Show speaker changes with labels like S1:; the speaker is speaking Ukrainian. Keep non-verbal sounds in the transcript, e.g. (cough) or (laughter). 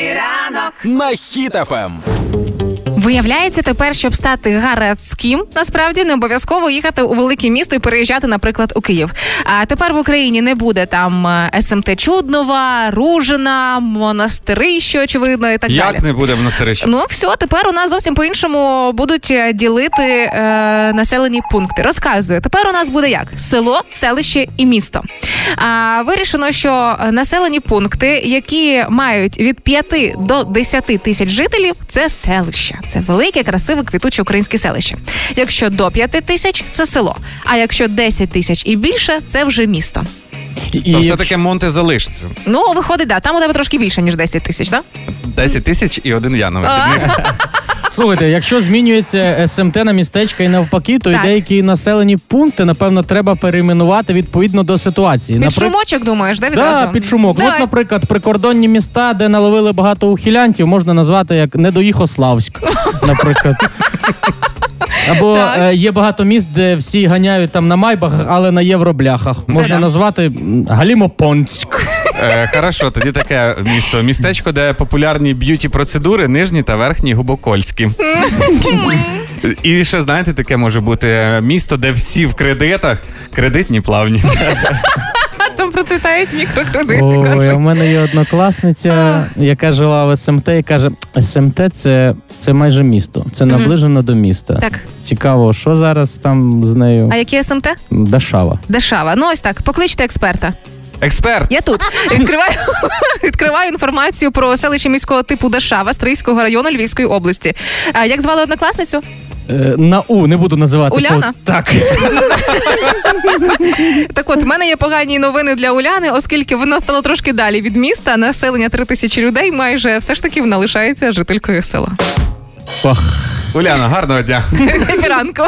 S1: ранок.
S2: на Хіт-ФМ.
S3: Виявляється тепер, щоб стати гарадським, насправді не обов'язково їхати у велике місто і переїжджати, наприклад, у Київ. А тепер в Україні не буде там е, СМТ Чуднова, Ружина, Монастирище, очевидно, і так далі.
S4: Як не буде в Монастирищі?
S3: Ну все, тепер у нас зовсім по-іншому будуть е, ділити е, населені пункти. Розказую, тепер у нас буде як село, селище і місто. А вирішено, що е, населені пункти, які мають від 5 до 10 тисяч жителів, це селище. Це велике, красиве, квітуче українське селище. Якщо до 5 тисяч, це село. А якщо 10 тисяч і більше, це вже місто.
S4: То все таки монте залишиться.
S3: Ну, виходить, да, там у тебе трошки більше ніж 10 тисяч, так?
S4: 10 тисяч і один я на
S3: А.
S4: вихідних.
S5: Слухайте, якщо змінюється СМТ на містечка і навпаки, то
S3: Так.
S5: й деякі населені пункти, напевно, треба перейменувати відповідно до ситуації.
S3: Під
S5: Наприк-
S3: шумочок думаєш, да, відразу?
S5: Да, під шумок.
S3: Давай.
S5: От, наприклад, прикордонні міста, де наловили багато ухилянтів, можна назвати
S3: (laughs)
S5: як Недоїхославськ, наприклад. Або
S3: Так.
S5: е, є багато міст, де всі ганяють там на майбах, але на євробляхах. Можна
S3: да.
S5: назвати м, Галімопонськ.
S4: Е, Хорошо, тоді таке місто. Містечко, де популярні б'юті процедури, нижні та верхні губокольські. І ще знаєте, таке може бути е, місто, де всі в кредитах, кредитні плавні.
S3: Там процвітають мікрокредити.
S5: Ой, а в
S3: кажуть.
S5: мене є однокласниця, яка жила в СМТ і каже: СМТ це, це майже місто, це
S3: Мгм.
S5: наближено до міста.
S3: Так,
S5: Цікаво, що зараз там з нею
S3: а які СМТ?
S5: Дашава.
S3: Дешава. Ну ось так. Покличте експерта.
S4: Експерт.
S3: Я тут відкриваю (laughs) відкриваю інформацію про селище міського типу Дашава Стрийського району Львівської області. Е, Як звали однокласницю?
S5: Е, на У не буду називати.
S3: Уляна?
S5: пов- Так.
S3: Так от, в мене є погані новини для Уляни, оскільки вона стала трошки далі від міста. Населення три тисячі людей. Майже все ж таки вона (laughs) лишається жителькою села.
S5: Пах.
S4: Уляна, гарного дня.
S3: Ранку.